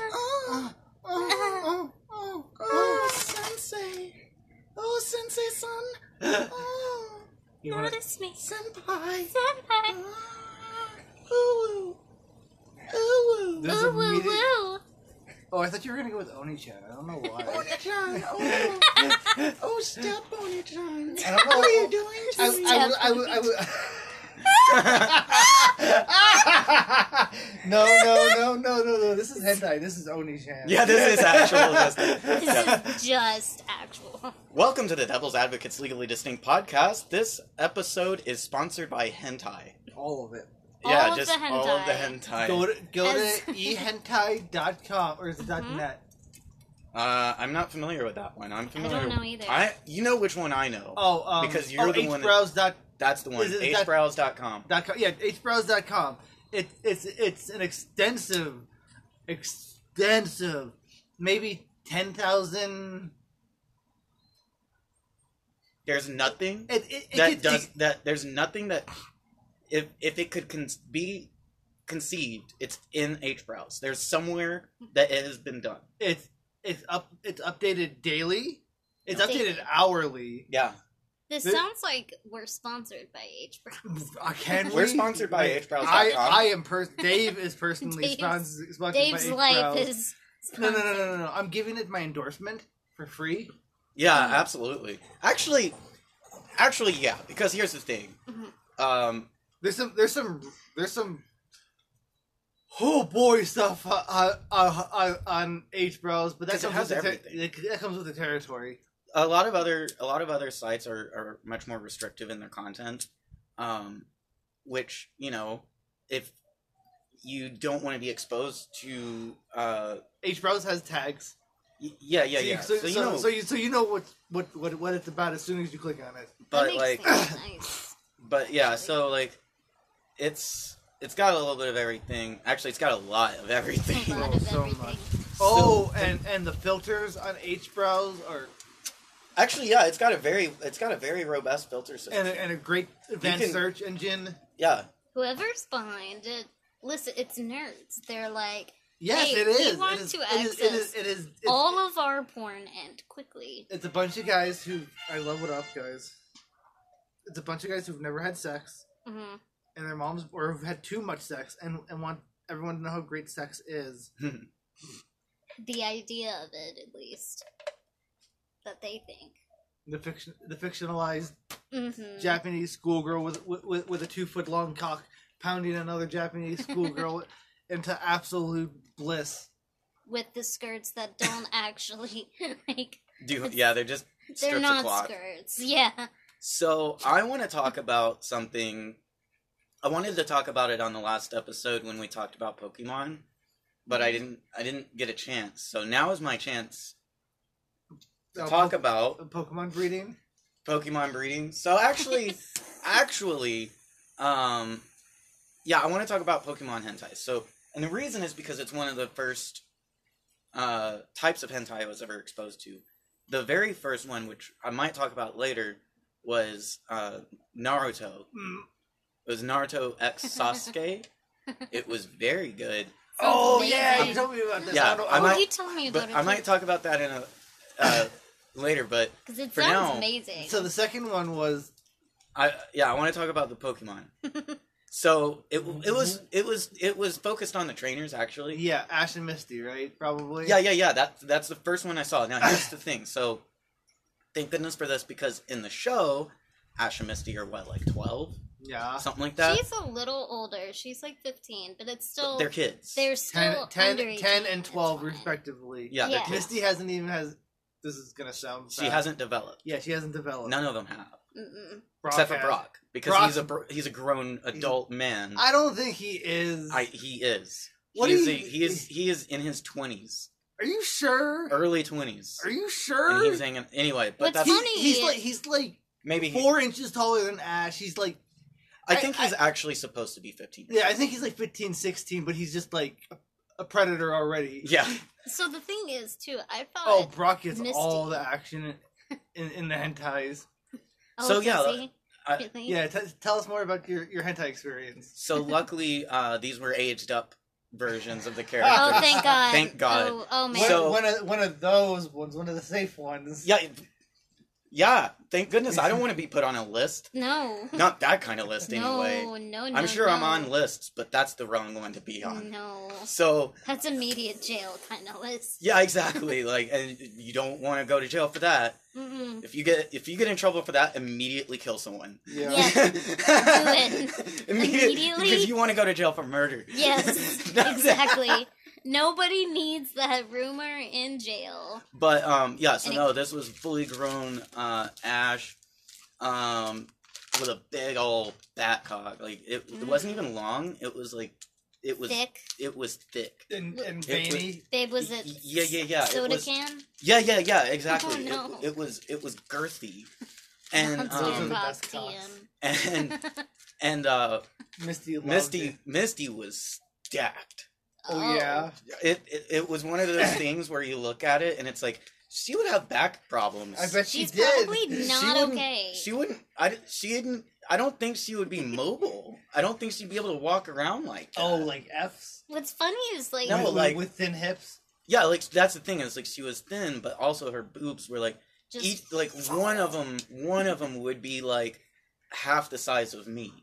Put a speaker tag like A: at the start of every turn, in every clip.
A: Oh,
B: kiss me.
C: Senpai.
B: Senpai.
C: Ooh. Ooh.
A: There's
B: Woo woo
A: immediate-
B: woo.
A: Oh, I thought you were gonna go with Oni-chan. I don't know why.
C: Oni-chan. Oh.
A: I
C: Oh, step Oni-chan.
A: I don't know.
C: What are you doing to
A: I,
C: me?
A: would- I, would- I, would- no, no, no, no, no, no. This is hentai. This is Oni-chan.
D: Yeah, this is actual. This. Yeah.
B: This is just actual.
D: Welcome to the Devil's Advocates Legally Distinct podcast. This episode is sponsored by hentai.
A: All of it.
D: yeah,
B: All of
D: just
B: the
D: all of the
B: hentai.
D: hentai.
A: Go to go
B: As-
A: to ehentai.com or is it dot
C: Mm-hmm.
B: Mhm.
A: .net?
D: Uh, I'm not familiar with that one. I'm
B: I
D: familiar.
B: don't know either.
D: I you know which one I know.
A: Oh, um,
D: Because you're
A: oh,
D: the one that-
A: hbrows dot
D: That's the one.
A: Is it that-
D: hbrows.com.
A: dot com. Yeah, hbrows.com. It, it's it's an extensive, extensive, maybe ten thousand.
D: There's nothing
A: It, it, it
D: that
A: could-
D: does
A: it-
D: that. There's nothing that if if it could con- be conceived, it's in hbrows. There's somewhere that it has been done.
A: it's it's up it's updated daily. It's
B: Daily.
A: updated hourly.
D: Yeah,
B: This
A: Th-
B: sounds like we're sponsored by H. Brown.
A: Uh, Can we?
D: we're sponsored by hbrows.com.
A: I I am per- Dave is personally
B: Dave's-
A: sponsored, sponsored
B: Dave's
A: by
B: life
A: hbrows.
B: is.
A: No, no, no, no, no, no. I'm giving it my endorsement for free.
D: Yeah,
A: Mm-hmm.
B: Mhm.
D: absolutely. Actually, actually, yeah. Because here's the thing.
B: Mhm.
D: Um,
A: There's some, there's some, there's some. Oh boy, stuff uh, uh, uh, uh, on H Bros, but that
D: 'Cause it
A: comes
D: has
A: with the ter-
D: everything.
A: that comes with the territory.
D: a lot of other a lot of other sites are are much more restrictive in their content, um, which you know, if you don't want to be exposed to, uh,
A: H Bros has tags.
D: y- yeah,
A: so
D: yeah,
A: you,
D: yeah.
A: So,
D: So, you
A: so-
D: know,
A: so you so you know what what what what it's about as soon as you click on it.
B: That
D: but
B: makes
D: like,
B: things nice.
D: but yeah. So like, it's it's got a little bit of everything. Actually, it's got a lot of
B: A
D: everything.
B: lot of
A: so
B: everything.
A: much.
D: So-
A: Oh, and and the filters on H Bros are
D: actually, yeah, it's got a very it's got a very robust filter system.
A: and a, and a great advanced
D: can-
A: search engine.
D: yeah.
B: Whoever's behind it, listen, it's nerds. They're like
A: Yes,
B: Hey,
A: it
B: we
A: is.
B: want
A: it is.
B: to
A: it is. It is.
B: access
A: It is it's,
B: all of our porn and quickly.
A: it's a bunch of guys who I love. What up, guys? It's a bunch of guys who've never had sex
B: hmm
A: and their moms or have had too much sex and and want everyone to know how great sex is.
B: The idea of it, at least, that they think.
A: The fiction, the fictionalized
B: hmm
A: Japanese schoolgirl with with- with with a two foot long cock pounding another Japanese schoolgirl into absolute bliss.
B: With the skirts that don't actually like
D: Do you- yeah, they're just strips
B: they're
D: of
B: not
D: cloth.
B: skirts. Yeah.
D: So I want to talk about something. I wanted to talk about it on the last episode when we talked about Pokemon, but I didn't. I didn't get a chance. So now is my chance to
A: Uh,
D: talk
A: Po-
D: about
A: Pokemon breeding.
D: Pokemon breeding. So actually, actually, um, yeah, I want to talk about Pokemon hentai. So, and the reason is because it's one of the first uh, types of hentai I was ever exposed to. The very first one, which I might talk about later, was uh, Naruto.
A: Mm.
D: It was Naruto X Sasuke. it was very good.
A: Oh
B: amazing.
A: yeah, you told me about this.
D: Yeah,
A: I don't,
D: I
A: I
B: Oh,
D: might-
B: you tell me about
D: But
B: it.
D: I might talk about that in a uh, later. But
B: because it
D: for
B: sounds
D: now.
B: amazing.
A: So the second one was
D: I yeah, I want to talk about the Pokemon. so it it was it was it was focused on the trainers actually.
A: yeah, Ash and Misty, right? Probably.
D: Yeah, yeah, yeah. That that's the first one I saw. Now here's the thing. So thank goodness for this because in the show, Ash and Misty are what like twelve,
A: yeah.
D: something like that.
B: She's a little older. She's like 15, but it's still
D: They're
B: they're,
D: kids.
B: still
A: 10, 10
B: under
A: 10
B: 18,
A: and
B: it's
A: 12
B: fine.
A: respectively.
D: yeah, they're
B: yeah.
D: kids.
A: Misty hasn't even has. This is gonna sound.
D: She
A: bad.
D: hasn't developed.
A: Yeah, she hasn't developed.
D: None of them have.
B: Mm-mm.
D: except for
A: has.
D: Brock because
A: Brock-
D: he's a br- he's a grown adult man. I,
A: I don't think he is.
D: he is.
A: What
D: he
A: do
D: is
A: you-
D: a- he is he is in his twenties,
A: Are you sure?
D: early twenties,
A: Are you
D: and
A: sure?
D: he's hanging anyway. But
B: What's
D: that's
A: He's-
B: Funny.
A: He's like he's like
D: maybe. He,
A: four inches taller than Ash. He's like
D: I think
A: I-
D: he's actually supposed to be fifteen.
A: yeah, I think he's like 15, 16, but he's just like a, a predator already.
D: Yeah,
B: So the thing is, too, I thought.
A: Oh, Brock gets
B: Misty.
A: all the action in, in the hentais.
B: Oh,
D: so, yeah,
B: does he?
D: I-
B: Really?
A: Yeah, t- tell us more about your, your hentai experience.
D: So luckily, uh, these were aged up versions of the characters.
B: Oh, thank God.
D: Thank God.
B: Oh, oh man.
D: So-
A: one, one of one of those ones, one of the safe ones.
D: Yeah, Yeah, thank goodness. I don't want to be put on a list.
B: No.
D: Not that kind of list, anyway.
B: No, no, no.
D: I'm sure I'm
B: no.
D: on lists, but that's the wrong one to be on.
B: No.
A: Mm.
D: So,
B: That's immediate jail kind of list.
D: yeah, exactly. Like, and you don't want to go to jail for that.
B: Mm-mm.
D: If you get if you get in trouble for that, immediately kill someone.
A: Yeah.
B: Yeah.
D: Immediate-
B: Immediately.
D: because you want to go to jail for murder.
B: Yes,
D: That's-
B: exactly. Nobody needs that rumor in jail.
D: But um, yeah. So
B: And it-
D: no, this was fully grown uh, ash, um, with a big old bat cock. Like it, it wasn't even long. It was like, it was
B: Mm. Thick.
D: it was thick.
A: And, and
D: It was-
A: veiny.
B: Babe, was it
D: Y- yeah, yeah, yeah, it
B: soda
D: was-
B: can?
D: Yeah, yeah, yeah. Exactly. It-
B: Oh, no.
D: it, was it was girthy, and
B: That's
A: Those are
B: Dan
A: the
D: um,
B: Cox
A: best cocks.
B: TM.
D: and and uh,
A: Misty loved it.
D: Misty Misty was stacked.
A: Oh, yeah.
D: It, it it was one of those things where you look at it and it's like she would have back problems.
A: I bet
B: She's
A: she did.
B: probably
D: She
B: not
D: wouldn't-
B: okay.
D: She wouldn't. I. di- She didn't. I don't think she would be mobile. I don't think she'd be able to walk around like. That.
A: Oh, like F's?
B: What's funny is like
D: No,
A: with,
D: like-
A: with thin hips?
D: Yeah, like that's the thing. Is like she was thin, but also her boobs were like
B: just
D: each like one of them. One of them would be like half the size of me.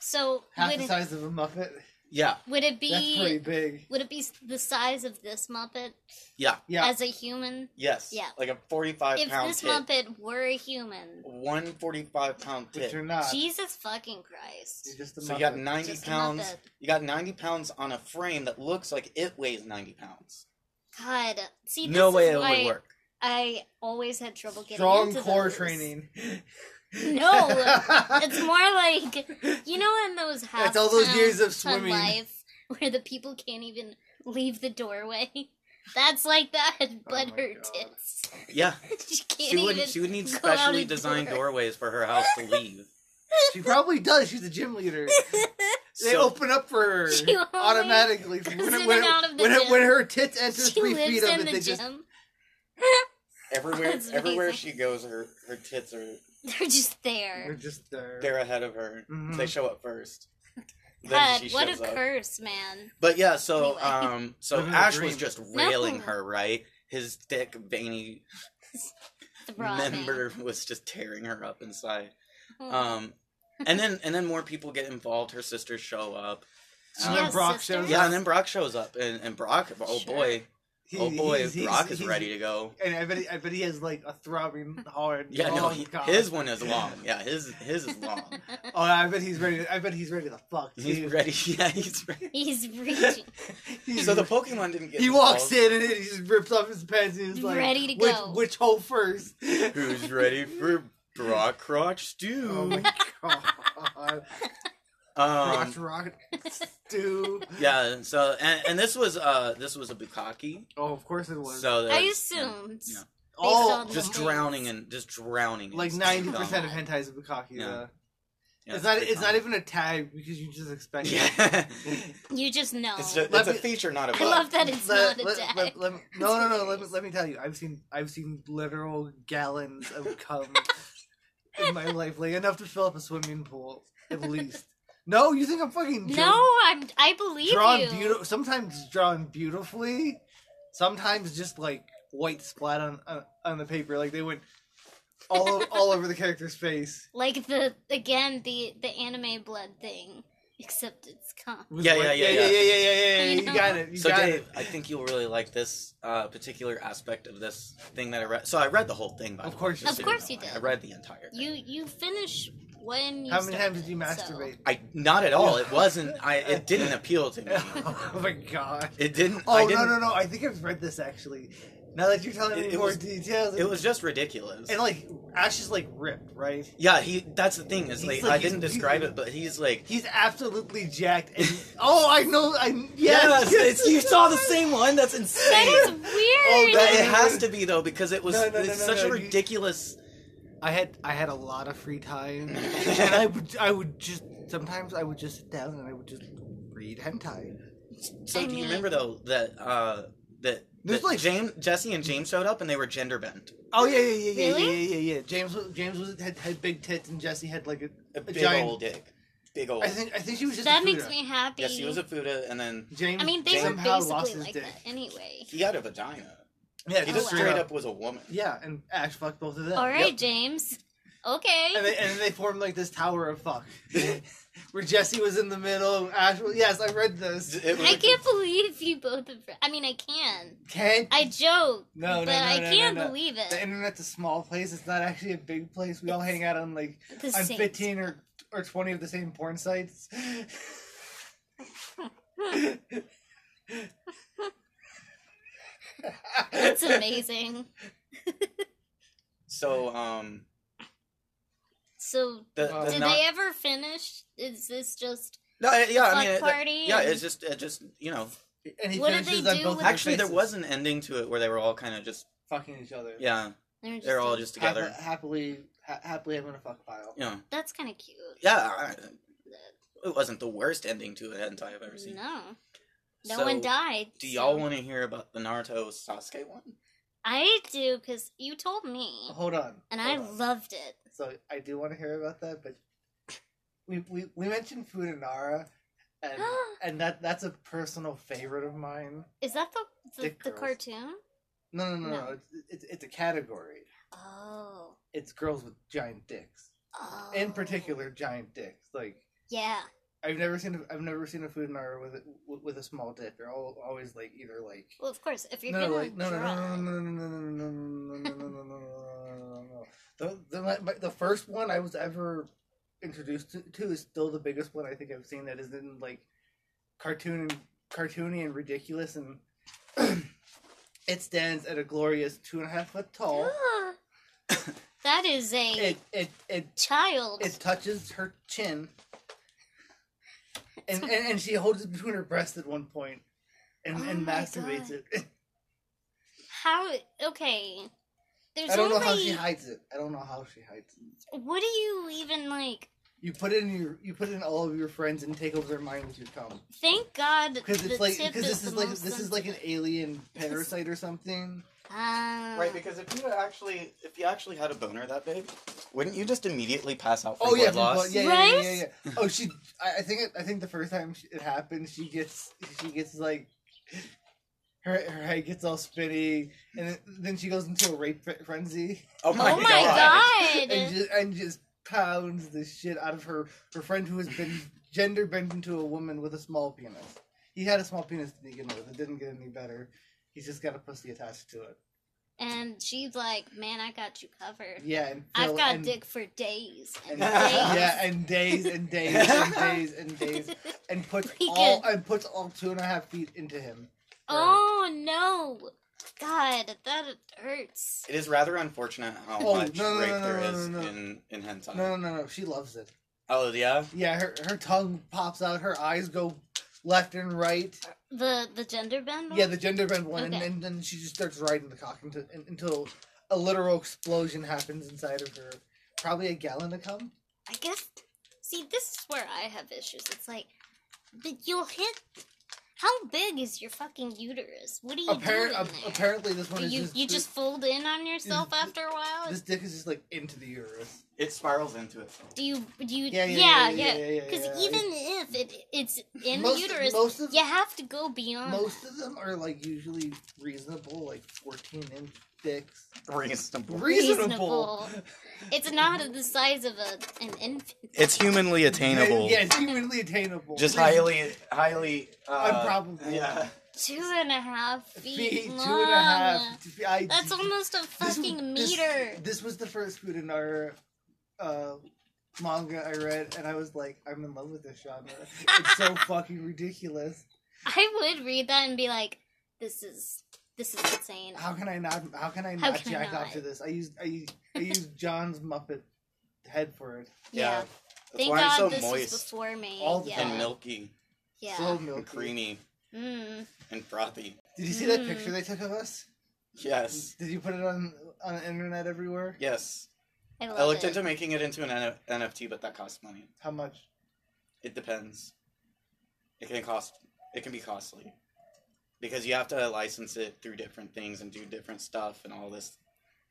B: so
A: Half
B: would
A: the
B: it,
A: size of a Muppet.
D: Yeah,
B: would it
A: That's pretty
B: be
A: big.
B: would it be s- the size of this Muppet
D: yeah,
A: Yeah.
B: as a human?
D: yes,
B: Yeah.
D: Like a forty-five
B: If
D: pound
B: this
D: tit.
B: Muppet were a human,
D: One forty-five pound
A: But
D: tit.
A: you're not.
B: Jesus fucking Christ.
A: You're just a
D: So you got
A: Muppet.
D: ninety
B: Just a
D: pounds.
B: Muppet.
D: You got ninety pounds on a frame that looks like it weighs ninety pounds.
B: God, see, this
D: no way
B: is
D: it
B: why
D: would work.
B: I always had trouble getting
A: Strong
B: into
A: core
B: those.
A: training.
B: No, it's more like you know in those half
A: That's all those years of
B: pounds on
A: swimming.
B: life where the people can't even leave the doorway. That's like that, but
A: my
B: her
A: God.
B: tits.
D: Yeah,
B: She can't
D: Oh she would.
B: even.
D: She would need
B: go out
D: specially
B: and
D: designed
B: door.
D: doorways for her house to leave.
A: She probably does. She's a gym leader. They
D: So-
A: open up for her
B: She only
A: automatically when,
B: goes in
A: when,
B: and out of the
A: when, her,
B: gym.
A: when her tits enter
B: she
A: three
B: lives
A: feet of
B: in
A: it.
B: the
A: They
B: gym.
A: just
D: Everywhere,
B: That's
D: everywhere
B: amazing.
D: she goes, her her tits are
B: They're just
A: they're
B: there.
A: just there.
D: they're ahead of her.
A: Mhm.
D: They show up first.
B: God, what a
D: shows up.
B: curse, man.
D: But yeah, so
B: Anyway.
D: um, so
A: Living the
D: Ash
A: dream.
D: was just railing
B: No.
D: her, right? His thick, veiny
B: The broad man.
D: member was just tearing her up inside.
B: Oh.
D: Um, and then and then more people get involved. Her sisters show up.
A: So
B: Yes,
A: then Brock
B: sister.
A: shows
D: yeah, and then Brock shows up, and, and Brock, oh
B: Sure.
D: boy,
A: He-
D: oh boy,
A: he's- he's-
D: Brock is
A: he's-
D: ready to go.
A: And I bet, he, I bet he has like a throbbing hard.
D: Yeah, no,
A: oh,
D: he-
A: God.
D: his one is long. Yeah, his his is long.
A: Oh, I bet he's ready. I bet he's ready to fuck too.
D: He's ready. Yeah, he's ready.
B: He's reaching,
A: He's-
D: So the Pokemon didn't get.
A: he walks
D: involved.
A: in and he just rips off his pants and he's like,
B: Ready to
A: which,
B: go."
A: Which hole first?
D: Who's ready for Brock Crotch
A: oh
D: Stew?
A: my God.
D: um,
A: Crotch rock stew.
D: yeah. So and, and this was uh this was a Bukaki.
A: Oh, of course it was.
D: So
B: I
D: that's-
B: assumed.
D: Yeah.
A: All
B: on
D: just
B: the-
D: drowning and just drowning. in
A: like
D: steam.
A: ninety percent of
B: God.
A: hentai is bukkake.
D: Yeah.
A: though.
D: Yeah,
A: it's not.
D: pretty
A: It's not
D: common.
A: even a tag because you just expect. it.
D: Yeah.
B: You just know.
D: It's, a,
A: Let
D: it's a
A: me-
D: feature, not a
B: I
D: bug.
B: love that it's
A: Let-
B: not a
A: let-
B: tag.
A: let- let me- no, no, no. Let me let me tell you. I've seen I've seen literal gallons of cum in my life, like enough to fill up a swimming pool at least. No, you think I'm fucking joking?
B: no, I'm. I believe
A: drawn
B: you.
A: beautiful. Sometimes drawn beautifully. Sometimes just like white splat on on, on the paper, like they went all o- all over the character's face.
B: Like the again the the anime blood thing, except it's cum.
A: with
D: Yeah,
A: white-
D: yeah, yeah,
A: yeah, yeah,
D: yeah.
A: yeah, yeah, yeah, yeah. You
B: I know.
A: got it. You
D: So
A: got
D: Dave,
A: it.
D: I think you'll really like this uh, particular aspect of this thing that I read. So I read the whole thing, by
A: Of
D: the way,
A: course you
D: just
B: did.
D: so
B: Of course you
D: know. I
B: did.
D: read the entire. Thing.
B: You you finish when you.
A: How many times
B: started,
A: did you masturbate?
D: I not at all. It wasn't. I. It didn't appeal to me.
A: oh my god.
D: It didn't. I
A: Oh no
D: didn't-
A: no no! I think I've read this actually. Now that you're telling me
D: It- it
A: more
D: was-
A: details,
D: It was just ridiculous.
A: and like Ash is like ripped, right?
D: yeah, he. That's the thing. Is like,
A: He's like-
D: I didn't
A: he's-
D: describe it, but he's like.
A: He's absolutely jacked. And oh, I know. I
D: Yes,
A: yes.
D: it's, you saw the same one. That's
B: So. That
D: insane.
B: is
A: Oh,
B: weird.
D: But it has to be though because it was
A: No, no, no,
D: it's
A: no,
D: such
A: no,
D: a
A: you-
D: ridiculous.
A: I had I had a lot of free time, and I would I would just sometimes I would just sit down and I would just read hentai.
D: So do you
B: mean-
D: remember though that uh that,
A: There's
D: that
A: like-
D: James, Jesse, and James showed up and they were gender bent.
A: Oh yeah yeah yeah yeah
B: Really?
A: yeah yeah yeah. James was- James was had, had big tits and Jesse had like a.
D: A big
A: giant-
D: old dick, big old.
A: I think I think she was just.
B: that
A: a
B: makes
A: Fuda.
B: me happy.
D: yes, he was a fuda, and then
A: James.
B: I mean, they were
A: somehow lost
B: basically
A: his
B: like
A: dick.
B: that anyway.
D: he had a vagina.
A: Yeah,
D: He
B: Oh,
D: just
B: wow.
D: straight up was a woman.
A: Yeah, and Ash fucked both of them.
B: All right,
A: Yep.
B: James. Okay.
A: And they, and they formed like this tower of fuck, where Jesse was in the middle. Ash, was, yes, I read this.
D: It was-
B: I can't believe you both. Have, I mean, I can.
A: Can't
B: I joke,
A: no, no,
B: but
A: no,
B: I
A: no, no,
B: can't
A: no.
B: believe
A: The
B: it.
A: internet's a small place. It's not actually a big place. We all hang out on like
B: The
A: on
B: same.
A: fifteen or or twenty of the same porn sites.
B: That's amazing.
D: So um,
B: So,
D: the,
A: Wow.
D: the
B: did
D: not-
B: they ever finish? Is this just
D: No, it- yeah,
B: fuck
D: I mean, it-
B: party?
D: yeah,
B: and-
D: it's just, it just you know,
A: And he
B: What did
A: finishes
B: they
A: on
B: do
A: both
B: with
A: their
D: actually there
A: faces,
D: was an ending to it where they were all kind of just
A: fucking each other.
D: yeah,
B: they're, just
D: they're all
B: like-
D: just together.
A: Hap- happily, ha- happily having a fuck pile.
D: Yeah,
B: That's kind of cute.
D: yeah. I, it wasn't the worst ending to a hentai I've ever seen.
B: No, no
D: So,
B: one died.
D: Do
B: so-
D: y'all want to hear about the Naruto Sasuke one?
B: I do because you told me,
A: Hold on.
B: and I
A: Oh, hold on.
B: loved it.
A: So I do want to hear about that, but we we, we mentioned Fudanara, and and that that's a personal favorite of mine.
B: Is that the the,
A: Dick
B: the
A: girls.
B: cartoon?
A: No, no, no, no.
B: No.
A: It's, it's it's a category.
B: Oh.
A: It's girls with giant dicks,
B: oh.
A: in particular, giant dicks. Like
B: Yeah.
A: I've never seen a, I've never seen a Fudanara with a, with a small dick. They're all always like either like
B: Well, of course, if you're
A: no,
B: gonna
A: like no, no, no,
B: draw,
A: no, no, no, no, no, no, no, no, no, no, no, no, no, no. The the my- my- the first one I was ever introduced to, to is still the biggest one I think I've seen that is in like cartoon cartoony and ridiculous and it stands at a glorious two and a half foot tall.
B: that is a
A: It it it
B: child.
A: it touches her chin. And, and and she holds it between her breasts at one point and,
B: Oh
A: and
B: my
A: masturbates
B: God.
A: it.
B: How? Okay. There's
A: I don't know
B: only.
A: how she hides it. I don't know how she hides it.
B: what do you even like?
A: You put it in your you put it in all of your friends and take over their mind with your tongue
B: Thank God.
A: because
B: the
A: it's like
B: tip
A: because this
B: the
A: is like
B: most
A: this is like an alien parasite or something.
B: Ah.
D: Right, because if you actually, if you actually had a boner that big, wouldn't you just immediately pass out from
A: Oh yeah,
D: blood
A: from blood-
D: loss?
A: yeah, yeah, yeah, yeah,
B: Right?
A: yeah. Oh, she. I, I think it, I think the first time she- it happened, she gets she gets like her her head gets all spinny, and then, then she goes into a rape fre- frenzy
D: Oh my,
B: oh my
D: god.
B: God.
A: and just and just pounds the shit out of her her friend who has been gender bent into a woman with a small penis. He had a small penis to begin with. It didn't get any better. He's just got a pussy attached to it.
B: and she's like, "Man, I got you covered.
A: Yeah, and
B: I've
A: Phil-
B: got
A: and,
B: dick for days and
A: And,
B: days."
A: yeah, and days and days and days and days and puts
B: We
A: all
B: can-
A: and puts all two and a half feet into him.
B: oh no, God, that hurts.
D: It is rather unfortunate how
A: Oh,
D: much
A: no, no,
D: rape
A: no,
D: there
A: no,
D: is
A: no, no.
D: in in hentai.
A: No, no, no, no. She loves it.
D: Oh yeah,
A: Yeah, her her tongue pops out. Her eyes go left and right.
B: The the gender bend.
A: Yeah,
B: one?
A: the gender bend one, and,
B: Okay.
A: and then she just starts riding the cock into, un- until a literal explosion happens inside of her. Probably a gallon of cum.
B: I guess. See, this is where I have issues. It's like, but you'll hit. How big is your fucking uterus? What are you
A: Appar-
B: doing
A: ap-
B: there?
A: apparently, this one is
B: you
A: just,
B: you just fold in on yourself
A: this-
B: after a while.
A: this dick is just like into the uterus.
D: it spirals into it.
B: do you do you?
A: Yeah, yeah, yeah,
B: Yeah, yeah.
A: yeah, yeah, yeah,
B: Because
A: yeah.
B: even if it it's in
A: most,
B: the uterus,
A: most of
B: you have to go beyond.
A: most of them are like usually reasonable, like fourteen inch dicks.
D: Reasonable.
A: Reasonable.
B: Reasonable. It's not the size of a an infant.
D: It's humanly attainable.
A: Yeah, it's humanly attainable.
D: Just
A: Reason-
D: highly, highly. Uh,
A: Improbable.
D: Yeah.
B: Two and a half feet,
A: feet, two
B: long.
A: and a half. I-
B: That's almost a
A: This-
B: fucking
A: this-
B: meter.
A: This, was the first food in our uh, manga I read, and I was like, I'm in love with this genre. It's so fucking ridiculous.
B: I would read that and be like, "This is this is insane."
A: How can I not? How can I
B: How
A: not
B: can I
A: jack off
B: not?
A: to this? I used I used, I used John's Muppet head for it.
B: yeah.
D: That's
B: Thank
D: why
B: God
D: I'm so
B: this
D: moist
B: was before me.
A: All the
B: yeah.
D: and milky
B: yeah.
A: So
D: and
A: milky.
D: creamy
B: mm.
D: and frothy.
A: Did you see that
B: Mm.
A: picture they took of us?
D: Yes.
A: Did you put it on on the internet everywhere?
D: Yes.
B: I love
D: I looked
B: it.
D: into making it into an N- NFT, but that costs money.
A: How much?
D: It depends. It can cost. It can be costly because you have to license it through different things and do different stuff and all this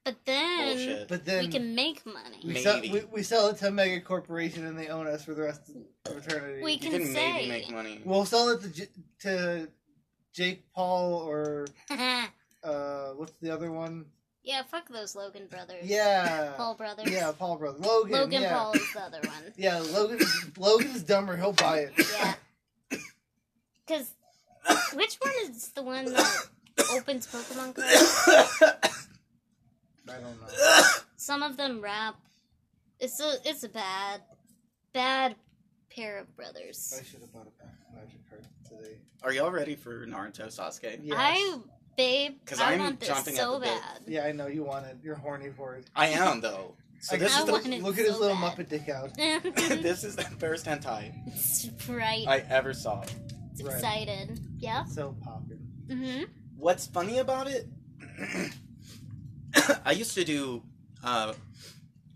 B: Hmm, but then
D: bullshit.
A: But then
B: we can make money.
A: we
D: Maybe.
A: sell we, we sell it to a mega corporation and they own us for the rest of eternity.
B: We
D: you
B: can
D: can maybe
B: say-
D: make money.
A: We'll sell it to J- to Jake Paul or uh, what's the other one?
B: Yeah, fuck those Logan brothers.
A: Yeah,
B: Paul brothers.
A: yeah, Paul brother Logan.
B: Logan
A: yeah.
B: Paul is the other one.
A: Yeah, Logan. Logan's dumber. He'll buy it.
B: Yeah. Because which one is the one that opens Pokemon cards?
A: I don't know.
B: Some of them rap. It's a it's a bad, bad pair of brothers.
A: I should have bought a pack of magic cards today.
D: Are y'all ready for Naruto Sasuke?
A: Yes.
B: I babe,
D: 'Cause
B: I
D: I'm
B: want this
D: jumping at
B: so
D: the bit.
B: bad.
A: Yeah, I know you want it. You're horny for it.
D: I am though. So
A: I-
D: this
B: I
D: is
A: look,
B: want
D: the
B: it
A: look at his
B: so
A: little
B: bad.
A: Muppet dick out.
D: this is the first hentai
B: Sprite.
D: I ever saw.
B: It's
A: Right.
B: excited. Yeah.
A: So poppin'.
B: Mm-hmm.
D: What's funny about it? I used to do uh,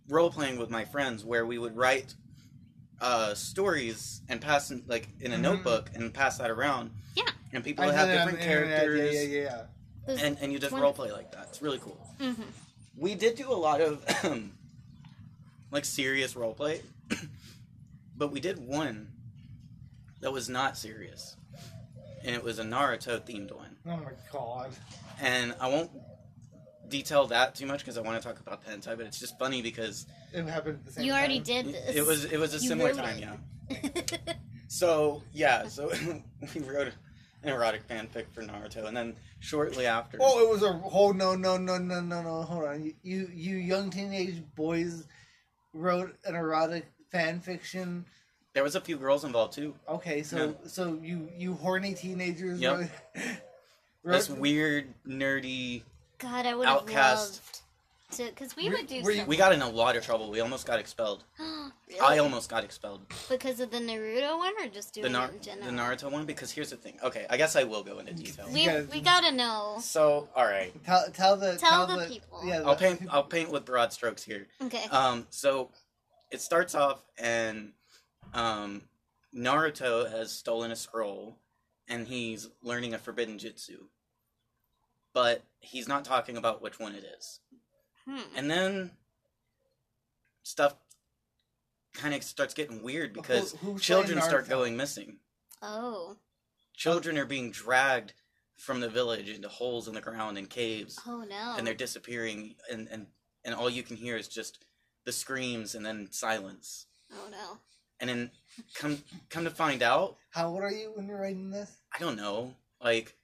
D: role playing with my friends where we would write uh, stories and pass in, like in a
A: Mhm.
D: notebook and pass that around.
B: Yeah.
D: And people would
A: I
D: have
A: did it on
D: different
A: the internet,
D: characters,
A: Yeah, yeah, yeah.
B: Those,
D: and and you just
B: One-
D: role play like that. It's really cool.
B: mm-hmm.
D: We did do a lot of like serious role play, but we did one that was not serious, and it was a Naruto themed one.
A: Oh my god.
D: And I won't detail that too much because I want to talk about hentai, but it's just funny because
A: It happened at the same
B: You already
A: time.
B: did this.
D: it was it was a
B: You
D: similar
B: wrote
D: time,
B: it.
D: yeah. So yeah, so we wrote an erotic fanfic for Naruto, and then shortly after,
A: Oh, it was a whole no, no, no, no, no, no. Hold on, you, you, you young teenage boys wrote an erotic fan fiction.
D: there was a few girls involved too.
A: Okay, so so you you horny teenagers
D: Yep.
A: wrote,
D: This
A: wrote-
D: weird nerdy.
B: God, I would have
D: Outcast.
B: loved to because we
A: Were-
B: would do
A: were you-
B: stuff.
D: We got in a lot of trouble. We almost got expelled.
B: Really?
D: I almost got expelled.
B: because of the Naruto one, or just doing
D: The, Nar-
B: it in
D: the
B: general.
D: Naruto one, because here's the thing. Okay, I guess I will go into detail.
B: we
A: Yeah.
B: we gotta know.
D: So, all right,
A: Tell tell the
B: Tell the people.
A: Yeah,
D: I'll
A: the-
D: paint. I'll paint with broad strokes here.
B: Okay.
D: Um, so it starts off, and um, Naruto has stolen a scroll, and he's learning a forbidden jutsu, but he's not talking about which one it is.
B: hmm.
D: And then stuff kind of starts getting weird because
A: Who- who's
D: children
A: playing
D: start
A: Naruto?
D: going missing.
B: Oh.
D: Children are being dragged from the village into holes in the ground and caves,
B: Oh no.
D: and they're disappearing, and, and, and all you can hear is just the screams and then silence.
B: oh no.
D: And then come come to find out,
A: How old are you when you're writing this?
D: I don't know, like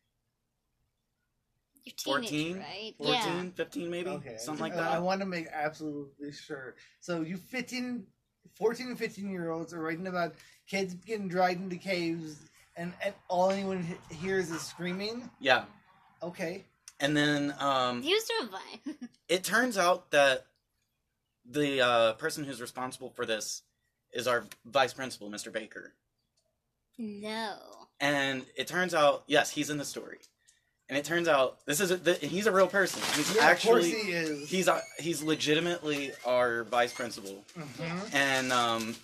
B: You're
D: 14?
B: teenager, right?
D: 14,
B: Yeah.
D: 15 maybe,
A: Okay,
D: something like
A: I-
D: that.
A: I want to make absolutely sure. So you 15, 14 and fifteen year olds are writing about kids getting dragged into caves, and, and all anyone he- hears is screaming.
D: yeah.
A: Okay,
D: And then um,
B: Used to a vine.
D: it turns out that the uh, person who's responsible for this is our vice principal, Mr. Baker.
B: no.
D: And it turns out, yes, he's in the story. And it turns out this is a, th he's a real person. He's
A: yeah, of
D: actually
A: course he is.
D: he's uh, he's legitimately our vice principal.
A: Mhm.
D: And um,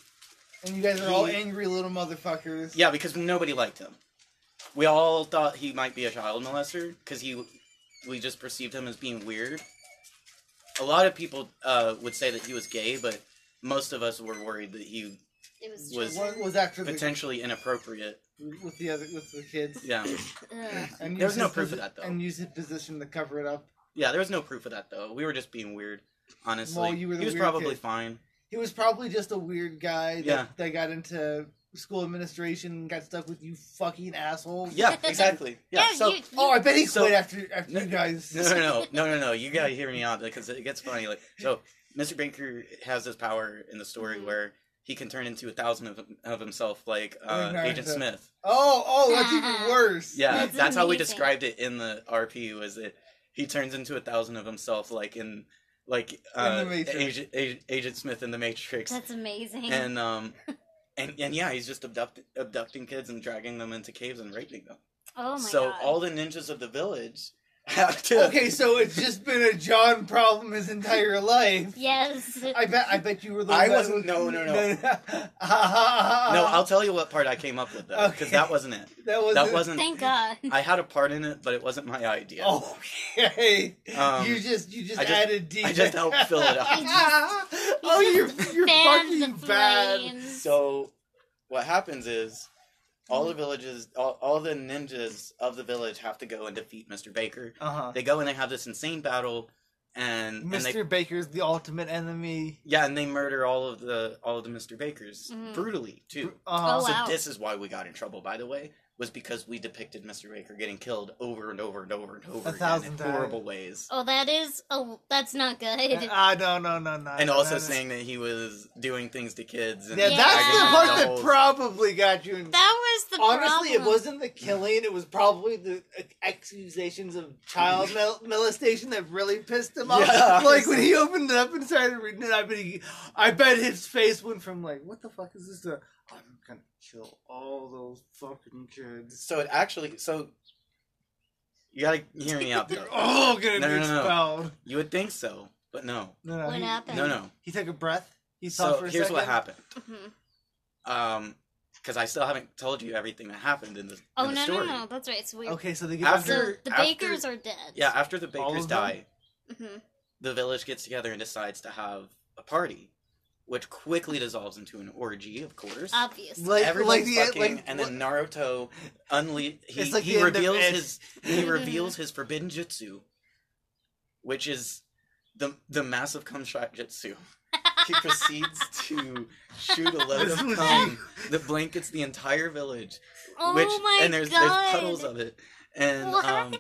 A: And you guys are all
D: He-
A: angry little motherfuckers.
D: yeah, because nobody liked him. We all thought he might be a child molester because he we just perceived him as being weird. A lot of people uh, would say that he was gay, but most of us were worried that he
B: It was.
D: Was-
B: children.
A: What was after the,
D: potentially inappropriate.
A: with the other with the kids?
D: Yeah,
B: Ugh.
A: And
D: There's
A: used
D: no
A: his
D: proof of
A: posi-
D: that, though.
A: And use his position to cover it up.
D: yeah. There was no proof of that though. We were just being weird, honestly.
A: Well, you were the
D: he was
A: weird
D: probably
A: kid.
D: fine.
A: He was probably just a weird guy that,
D: Yeah.
A: that got into school administration and got stuck with you fucking assholes.
D: Yeah, exactly. Yeah.
B: Yeah,
D: so
B: you-
A: Oh, I bet he
D: So-
A: quit after after
D: No,
A: you guys.
D: no, no, no, no, no, no. You gotta hear me out because it gets funny. Like so, Mr. Baker has this power in the story
B: Mhm.
D: where he can turn into a thousand of, of himself, like uh,
A: Like
D: Agent
A: Naruto.
D: Smith.
A: Oh, oh, that's
B: Uh-uh.
A: even worse.
D: Yeah,
B: That's
D: that's, how we
B: amazing.
D: described it in the RP. Was that he turns into a thousand of himself, like in like uh,
A: Matrix.
D: Agent, Agent, Agent Smith in the Matrix.
B: That's amazing.
D: and um and and yeah he's just abduct- abducting kids and dragging them into caves and raping them
B: oh my
D: so
B: god.
D: all the ninjas of the village have to
A: Okay, so it's just been a John problem his entire life.
B: yes.
A: I bet. I bet you were the.
D: I
A: one-
D: wasn't- no, no, no. no
A: no,
D: i'll tell you what part i came up with though because
A: Uh, Okay.
D: that wasn't it
A: That was.
D: that wasn't
B: Thank God.
D: i had a part in it but it wasn't my idea
A: Okay.
D: Um,
A: Oh, you just you just,
D: I just-
A: added D.
D: I just helped fill it up.
A: oh, you're you're
B: Fan the
A: fucking bad.
B: flames.
D: so what happens is All the villages, all, all the ninjas of the village have to go and defeat Mr. Baker.
A: Uh huh.
D: They go and they have this insane battle, and and
A: Mr.
D: they
A: Baker's the ultimate enemy.
D: yeah, and they murder all of the all of the Mr. Bakers
B: Mhm.
D: brutally too.
A: Uh,
B: Oh,
D: So
B: wow.
D: this is why we got in trouble, by the way, was because we depicted Mr. Baker getting killed over and over and over and over again
A: thousand
D: in
A: times.
D: horrible ways.
B: Oh, that is. Oh, that's not good.
A: Ah, no, no, no, no.
D: and
A: no,
D: also
A: no, no.
D: saying that he was doing things to kids. And
A: Yeah, that's the
B: Yeah.
A: part
D: the
A: that
D: whole-
A: probably got you. In-
B: That was the
A: Honestly, it
B: problem.
A: wasn't the killing. It was probably the accusations of child mol- molestation that really pissed him off.
D: Yeah.
A: Like when he opened it up and started reading it, I bet he, I bet his face went from like, "What the fuck is this?" to "I'm gonna kill all those fucking kids."
D: So it actually, so you gotta hear me out though.
A: They're all gonna
D: No,
A: be
D: no, no.
A: expelled.
D: You would think so, but no,
A: No, no,
B: What
A: he,
B: happened?
D: no, no.
A: He took a breath. He saw
D: So
A: for a
D: here's
A: second.
D: what happened.
B: Mhm.
D: Um, because I still haven't told you everything that happened in the,
B: Oh
D: in the
B: no, no,
D: story.
B: no, that's right. So we.
A: Okay, so they get
B: So
D: After-
B: the
D: after-
B: bakers are dead.
D: Yeah, after the
A: All
D: Bakers
A: of them?
D: die,
B: hmm
D: the village gets together and decides to have a party, which quickly dissolves into an orgy, of course.
B: Obviously.
A: like,
D: Everyone's
A: like the
D: fucking,
A: like,
D: and then Naruto unle- he,
A: It's like
D: he
A: the end of
D: reveals
A: Ed.
D: his he reveals his forbidden jutsu, which is the the massive cum shot jutsu. He proceeds to shoot a load of cum that blankets the entire village,
B: oh
D: which
B: my
D: and there's
B: god.
D: there's puddles of it, and
B: What?
D: um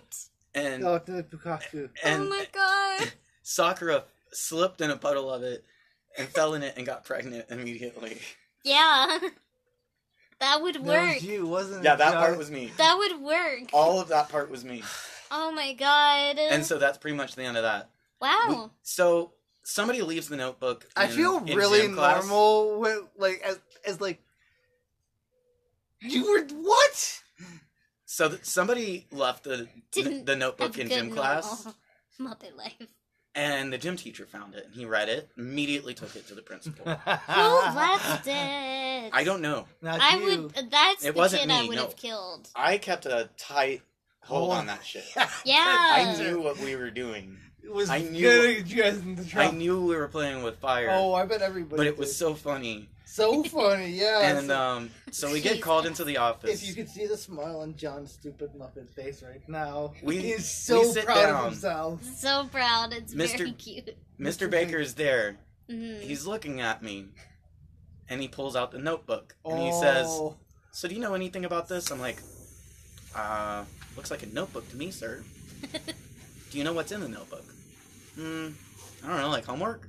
D: and
A: oh, the Picasso.
D: and
B: oh my god.
D: Sakura slipped in a puddle of it and fell in it and got pregnant immediately.
A: Oh
B: Yeah. That would
A: That
B: work.
A: was you, wasn't
D: Yeah,
A: it?
D: that
A: Joe?
D: part was me.
B: That would work.
D: All of that part was me.
B: oh my god.
D: Oh. And so that's pretty much the end of that.
B: wow.
D: So somebody leaves the notebook.
A: I
D: in-
A: feel
D: in
A: really
D: gym class.
A: normal with like as as like you were what?
D: So th- somebody left the
B: Didn't
D: the notebook
B: That's
D: in
B: good
D: gym
B: and
D: class,
B: all. Muppet life.
D: and the gym teacher found it. and He read it, immediately took it to the principal.
B: Who left it?
D: I don't know.
A: Not
B: I
A: you.
B: would. That's
D: It
B: the
D: wasn't
B: kid I
D: me,
B: would
D: no.
B: have killed.
D: I kept a tight hold
A: Oh.
D: on that shit. I
B: Yeah.
D: knew what we were doing.
A: It was
D: I
A: I
D: knew-
A: knew gonna get you guys in the
D: I
A: trouble.
D: knew we were playing with fire.
A: Oh, I bet everybody.
D: But it
A: did.
D: was so funny,
A: so funny, yeah.
D: and
A: So-
D: um, so we get called into the
A: if you
D: office.
A: could see the smile on John's stupid muffin face right now,
D: We-
A: he's so
D: we sit
A: proud
D: down.
A: of himself.
B: So proud. It's
D: Mr.
B: very cute.
D: Mr. Baker is there.
B: Mhm.
D: He's looking at me, and he pulls out the notebook and he says,
A: Oh.
D: so do you know anything about this? I'm like, uh, looks like a notebook to me, sir. do you know what's in the notebook? Hmm, I don't know, like homework?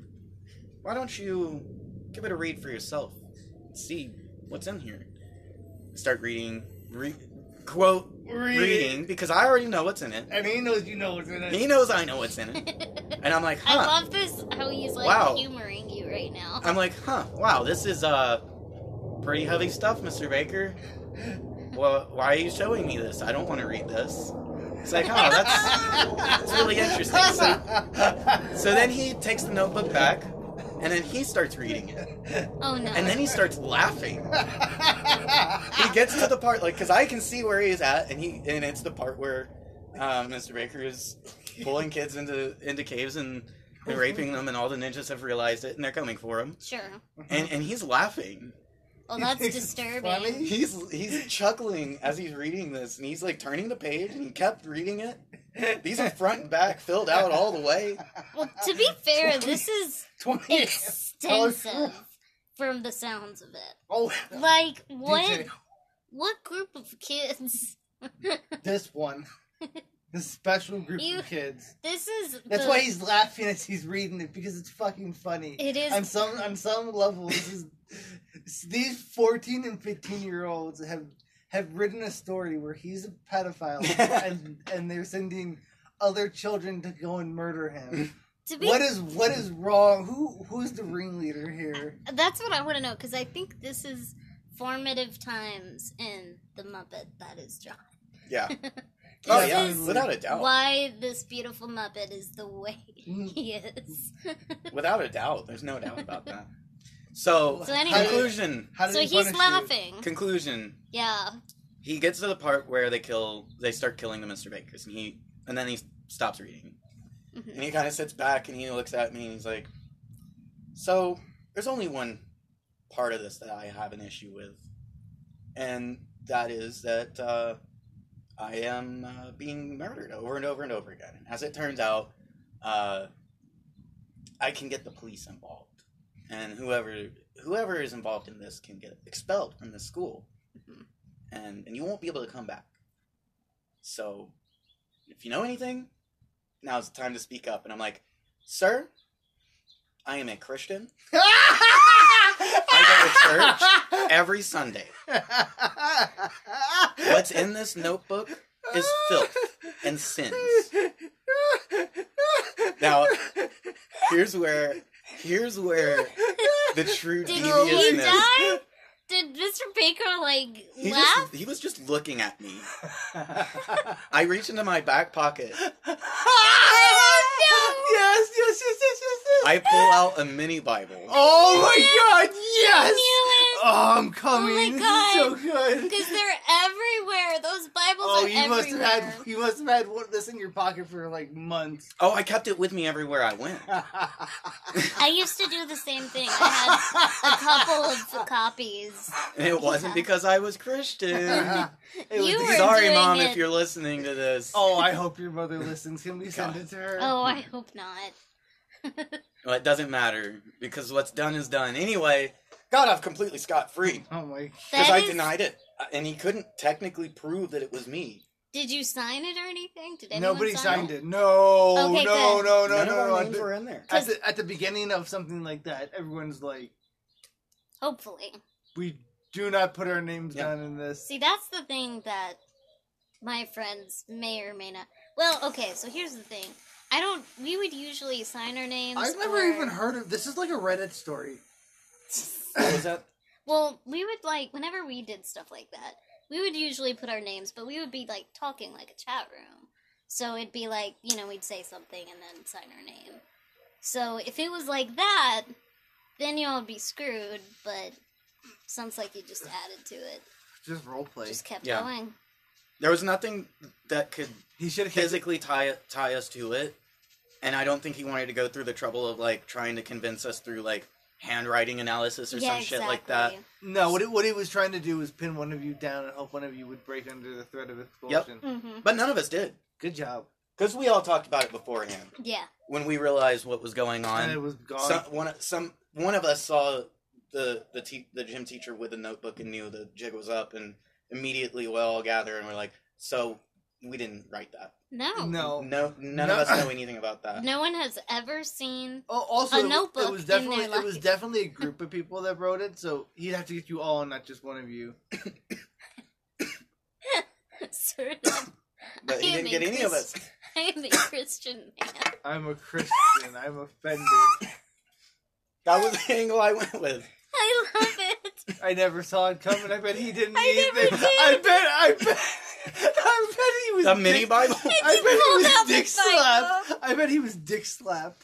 D: Why don't you give it a read for yourself? See what's in here. Start reading, re- quote,
A: Read.
D: reading, because I already know what's in it.
A: and he knows you know what's in it.
D: He knows I know what's in it. And I'm like, huh.
B: I love this. How he's like
D: Wow.
B: humoring you right now.
D: I'm like, huh, wow, this is uh pretty heavy stuff, Mr. Baker. Well, why are you showing me this? I don't want to read this. It's like, oh, that's, that's really interesting. So, so then he takes the notebook back, and then he starts reading it,
B: oh no.
D: and then he starts laughing. He gets to the part like, cause I can see where he's at, and he and it's the part where uh, Mr. Baker is pulling kids into into caves and, and raping them, and all the ninjas have realized it, and they're coming for him,
B: sure.
D: and and he's laughing.
B: Well,
A: He
B: Oh, that's
A: thinks it's
B: disturbing.
A: funny.
D: He's he's chuckling as he's reading this, and he's like turning the page, and he kept reading it. These are front and back, filled out all the way.
B: Well, to be fair, this is
A: 20
B: extensive from the sounds of it.
A: Oh,
B: Like what?
A: DJ.
B: What group of kids?
A: this one. This special group
B: You-
A: of kids.
B: This is.
A: That's
B: the-
A: why he's laughing as he's reading it because it's fucking funny.
B: It is.
A: on some on some level, this is these fourteen and fifteen year olds have have written a story where he's a pedophile and and they're sending other children to go and murder him.
B: to be
A: What is what is wrong? Who who's the ringleader here?
B: That's what I want to know because I think this is formative times in the Muppet that is John.
D: Yeah. Oh
B: This
D: yeah,
B: is
D: without a doubt.
B: Why this beautiful Muppet is the way
A: Mm.
B: he is.
D: Without a doubt, there's no doubt about that. So,
B: So anyway-
D: conclusion,
A: How did
B: so
A: he
B: he's
A: punish you?
B: laughing.
D: conclusion.
B: Yeah.
D: He gets to the part where they kill, they start killing the Mr. Bakers, and he and then he stops reading,
B: Mhm.
D: and he kind of sits back and he looks at me and he's like, "So there's only one part of this that I have an issue with, and that is that uh, I am uh, being murdered over and over and over again. And as it turns out, uh, I can get the police involved, and whoever whoever is involved in this can get expelled from the school,
B: Mhm.
D: and and you won't be able to come back. So, if you know anything, now's the time to speak up. And I'm like, sir, I am a Christian. I go to church every Sunday. What's in this notebook is filth and sins. Now, here's where here's where the true
B: Did he
D: deviousness.
B: die? Did Mr. Baker like
D: He
B: laugh?
D: just, he was just looking at me. I reached into my back pocket.
C: Yes, yes, yes, yes, yes, yes.
D: I pull out a mini Bible.
C: Oh my god,
B: I
C: yes!
B: knew
C: Oh, I'm coming.
B: my
C: This
B: God.
C: is so good.
B: it because they're everywhere. Those Bibles
A: Oh,
B: are
A: you must have
B: everywhere.
A: had you must have had one of this in your pocket for like months.
D: Oh, I kept it with me everywhere I went.
B: I used to do the same thing. I had a couple of copies.
D: And it wasn't because I was Christian.
A: It was
B: You
A: the-
B: were
D: Sorry,
B: doing
D: mom,
B: it.
D: if you're listening to this.
A: Oh, I hope your mother listens. Can we send
D: God.
A: it to her?
B: Oh, I hope not.
D: Well, it doesn't matter because what's done is done. Anyway, got off completely scot free
A: Oh my.
D: because
B: That
D: I
B: is-
D: denied it, Uh, and he couldn't technically prove that it was me.
B: Did you sign it or anything? Did anyone
A: Nobody
B: sign
A: signed it. No,
B: Okay,
A: no,
B: good.
A: no, no,
D: None
A: no,
D: of our
A: no. At
D: names
A: the,
D: were in there.
A: at the at the beginning of something like that, everyone's like,
B: Hopefully.
A: "We do not put our names
D: Yeah.
A: down in this."
B: See, that's the thing that my friends may or may not. Well, okay, so here's the thing. I don't. We would usually sign our names.
A: I've never
B: or-
A: even heard of this. Is like a Reddit story.
D: What was that?
B: Well, we would like whenever we did stuff like that, we would usually put our names, but we would be like talking like a chat room. So it'd be like you know we'd say something and then sign our name. So if it was like that, then y'all would be screwed. But sounds like you just added to it,
A: Just roleplay.
B: just kept
D: Yeah.
B: going.
D: There was nothing that could
A: He should have
D: physically tie tie us to it, and I don't think he wanted to go through the trouble of like trying to convince us through like handwriting analysis or some shit like that.
A: No, what it, what he was trying to do was pin one of you down and hope one of you would break under the threat of explosion.
B: Mm-hmm.
D: But none of us did
A: Good job.
D: because we all talked about it beforehand
B: Yeah.
D: when we realized what was going on.
A: and it was gone.
D: Some, one of- some one of us saw the the te- the gym teacher with a notebook and knew the jig was up, and immediately we all gather and we're like, "So we didn't write that.
B: No.
A: no.
B: No,
D: No, none
A: No.
D: of us know anything about that.
B: one has ever seen.
A: Oh, also,
B: A
A: it was-
B: notebook
A: It was
B: in their
A: definitely it was
B: life.
A: definitely a group of people that wrote it, so he'd have to get you all, not just one of you.
B: Sort of.
D: But he
B: I
D: didn't
B: am
D: get
B: a
D: any of us.
B: Christ- I am a Christian man.
A: I'm a Christian. I'm offended.
D: That was the angle I went with.
B: I love it.
A: I never saw it coming. I bet he didn't
B: I never
A: either.
B: did.
A: I bet. I bet. I bet he was
D: The mini
A: dick-
D: Bible.
A: I bet
B: pulled
A: he
B: out
A: was
B: the
A: dick slap. I bet he was dick slap.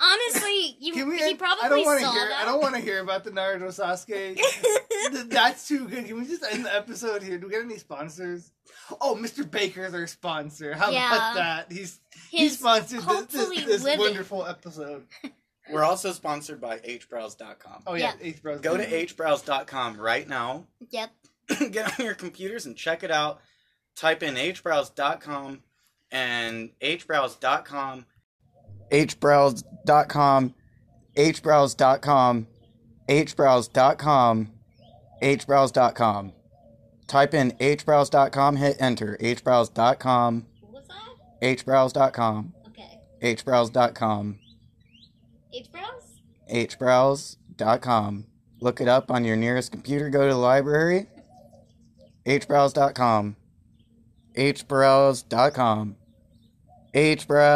B: Honestly, you
A: Can we?
B: he
A: end-
B: probably
A: I don't
B: saw
A: want to hear.
B: that.
A: I don't want to hear about the Naruto Sasuke. Th- That's too good. Can we just end the episode here? Do we get any sponsors? Oh, Mr. Baker's our sponsor. How
B: Yeah.
A: about that? He's he
B: His
A: sponsored this,
B: hopefully
A: this, this
B: living-
A: wonderful episode.
D: We're also sponsored by hbrowse.com.
A: Oh yeah, Eighth Bros.
D: Go to hbrowse.com right now.
B: yep.
D: get on your computers and check it out. Type in hbrowse.com and hbrowse.com. hbrowse.com, hbrowse.com, hbrowse.com, hbrowse.com. Type in hbrowse.com, hit enter. hbrowse.com,
B: What was that?
D: hbrowse.com,
B: Okay.
D: hbrowse.com,
B: H brows?
D: hbrowse.com. Look it up on your nearest computer, go to the library. hbrowse.com, hbrowse.com, hbrowse.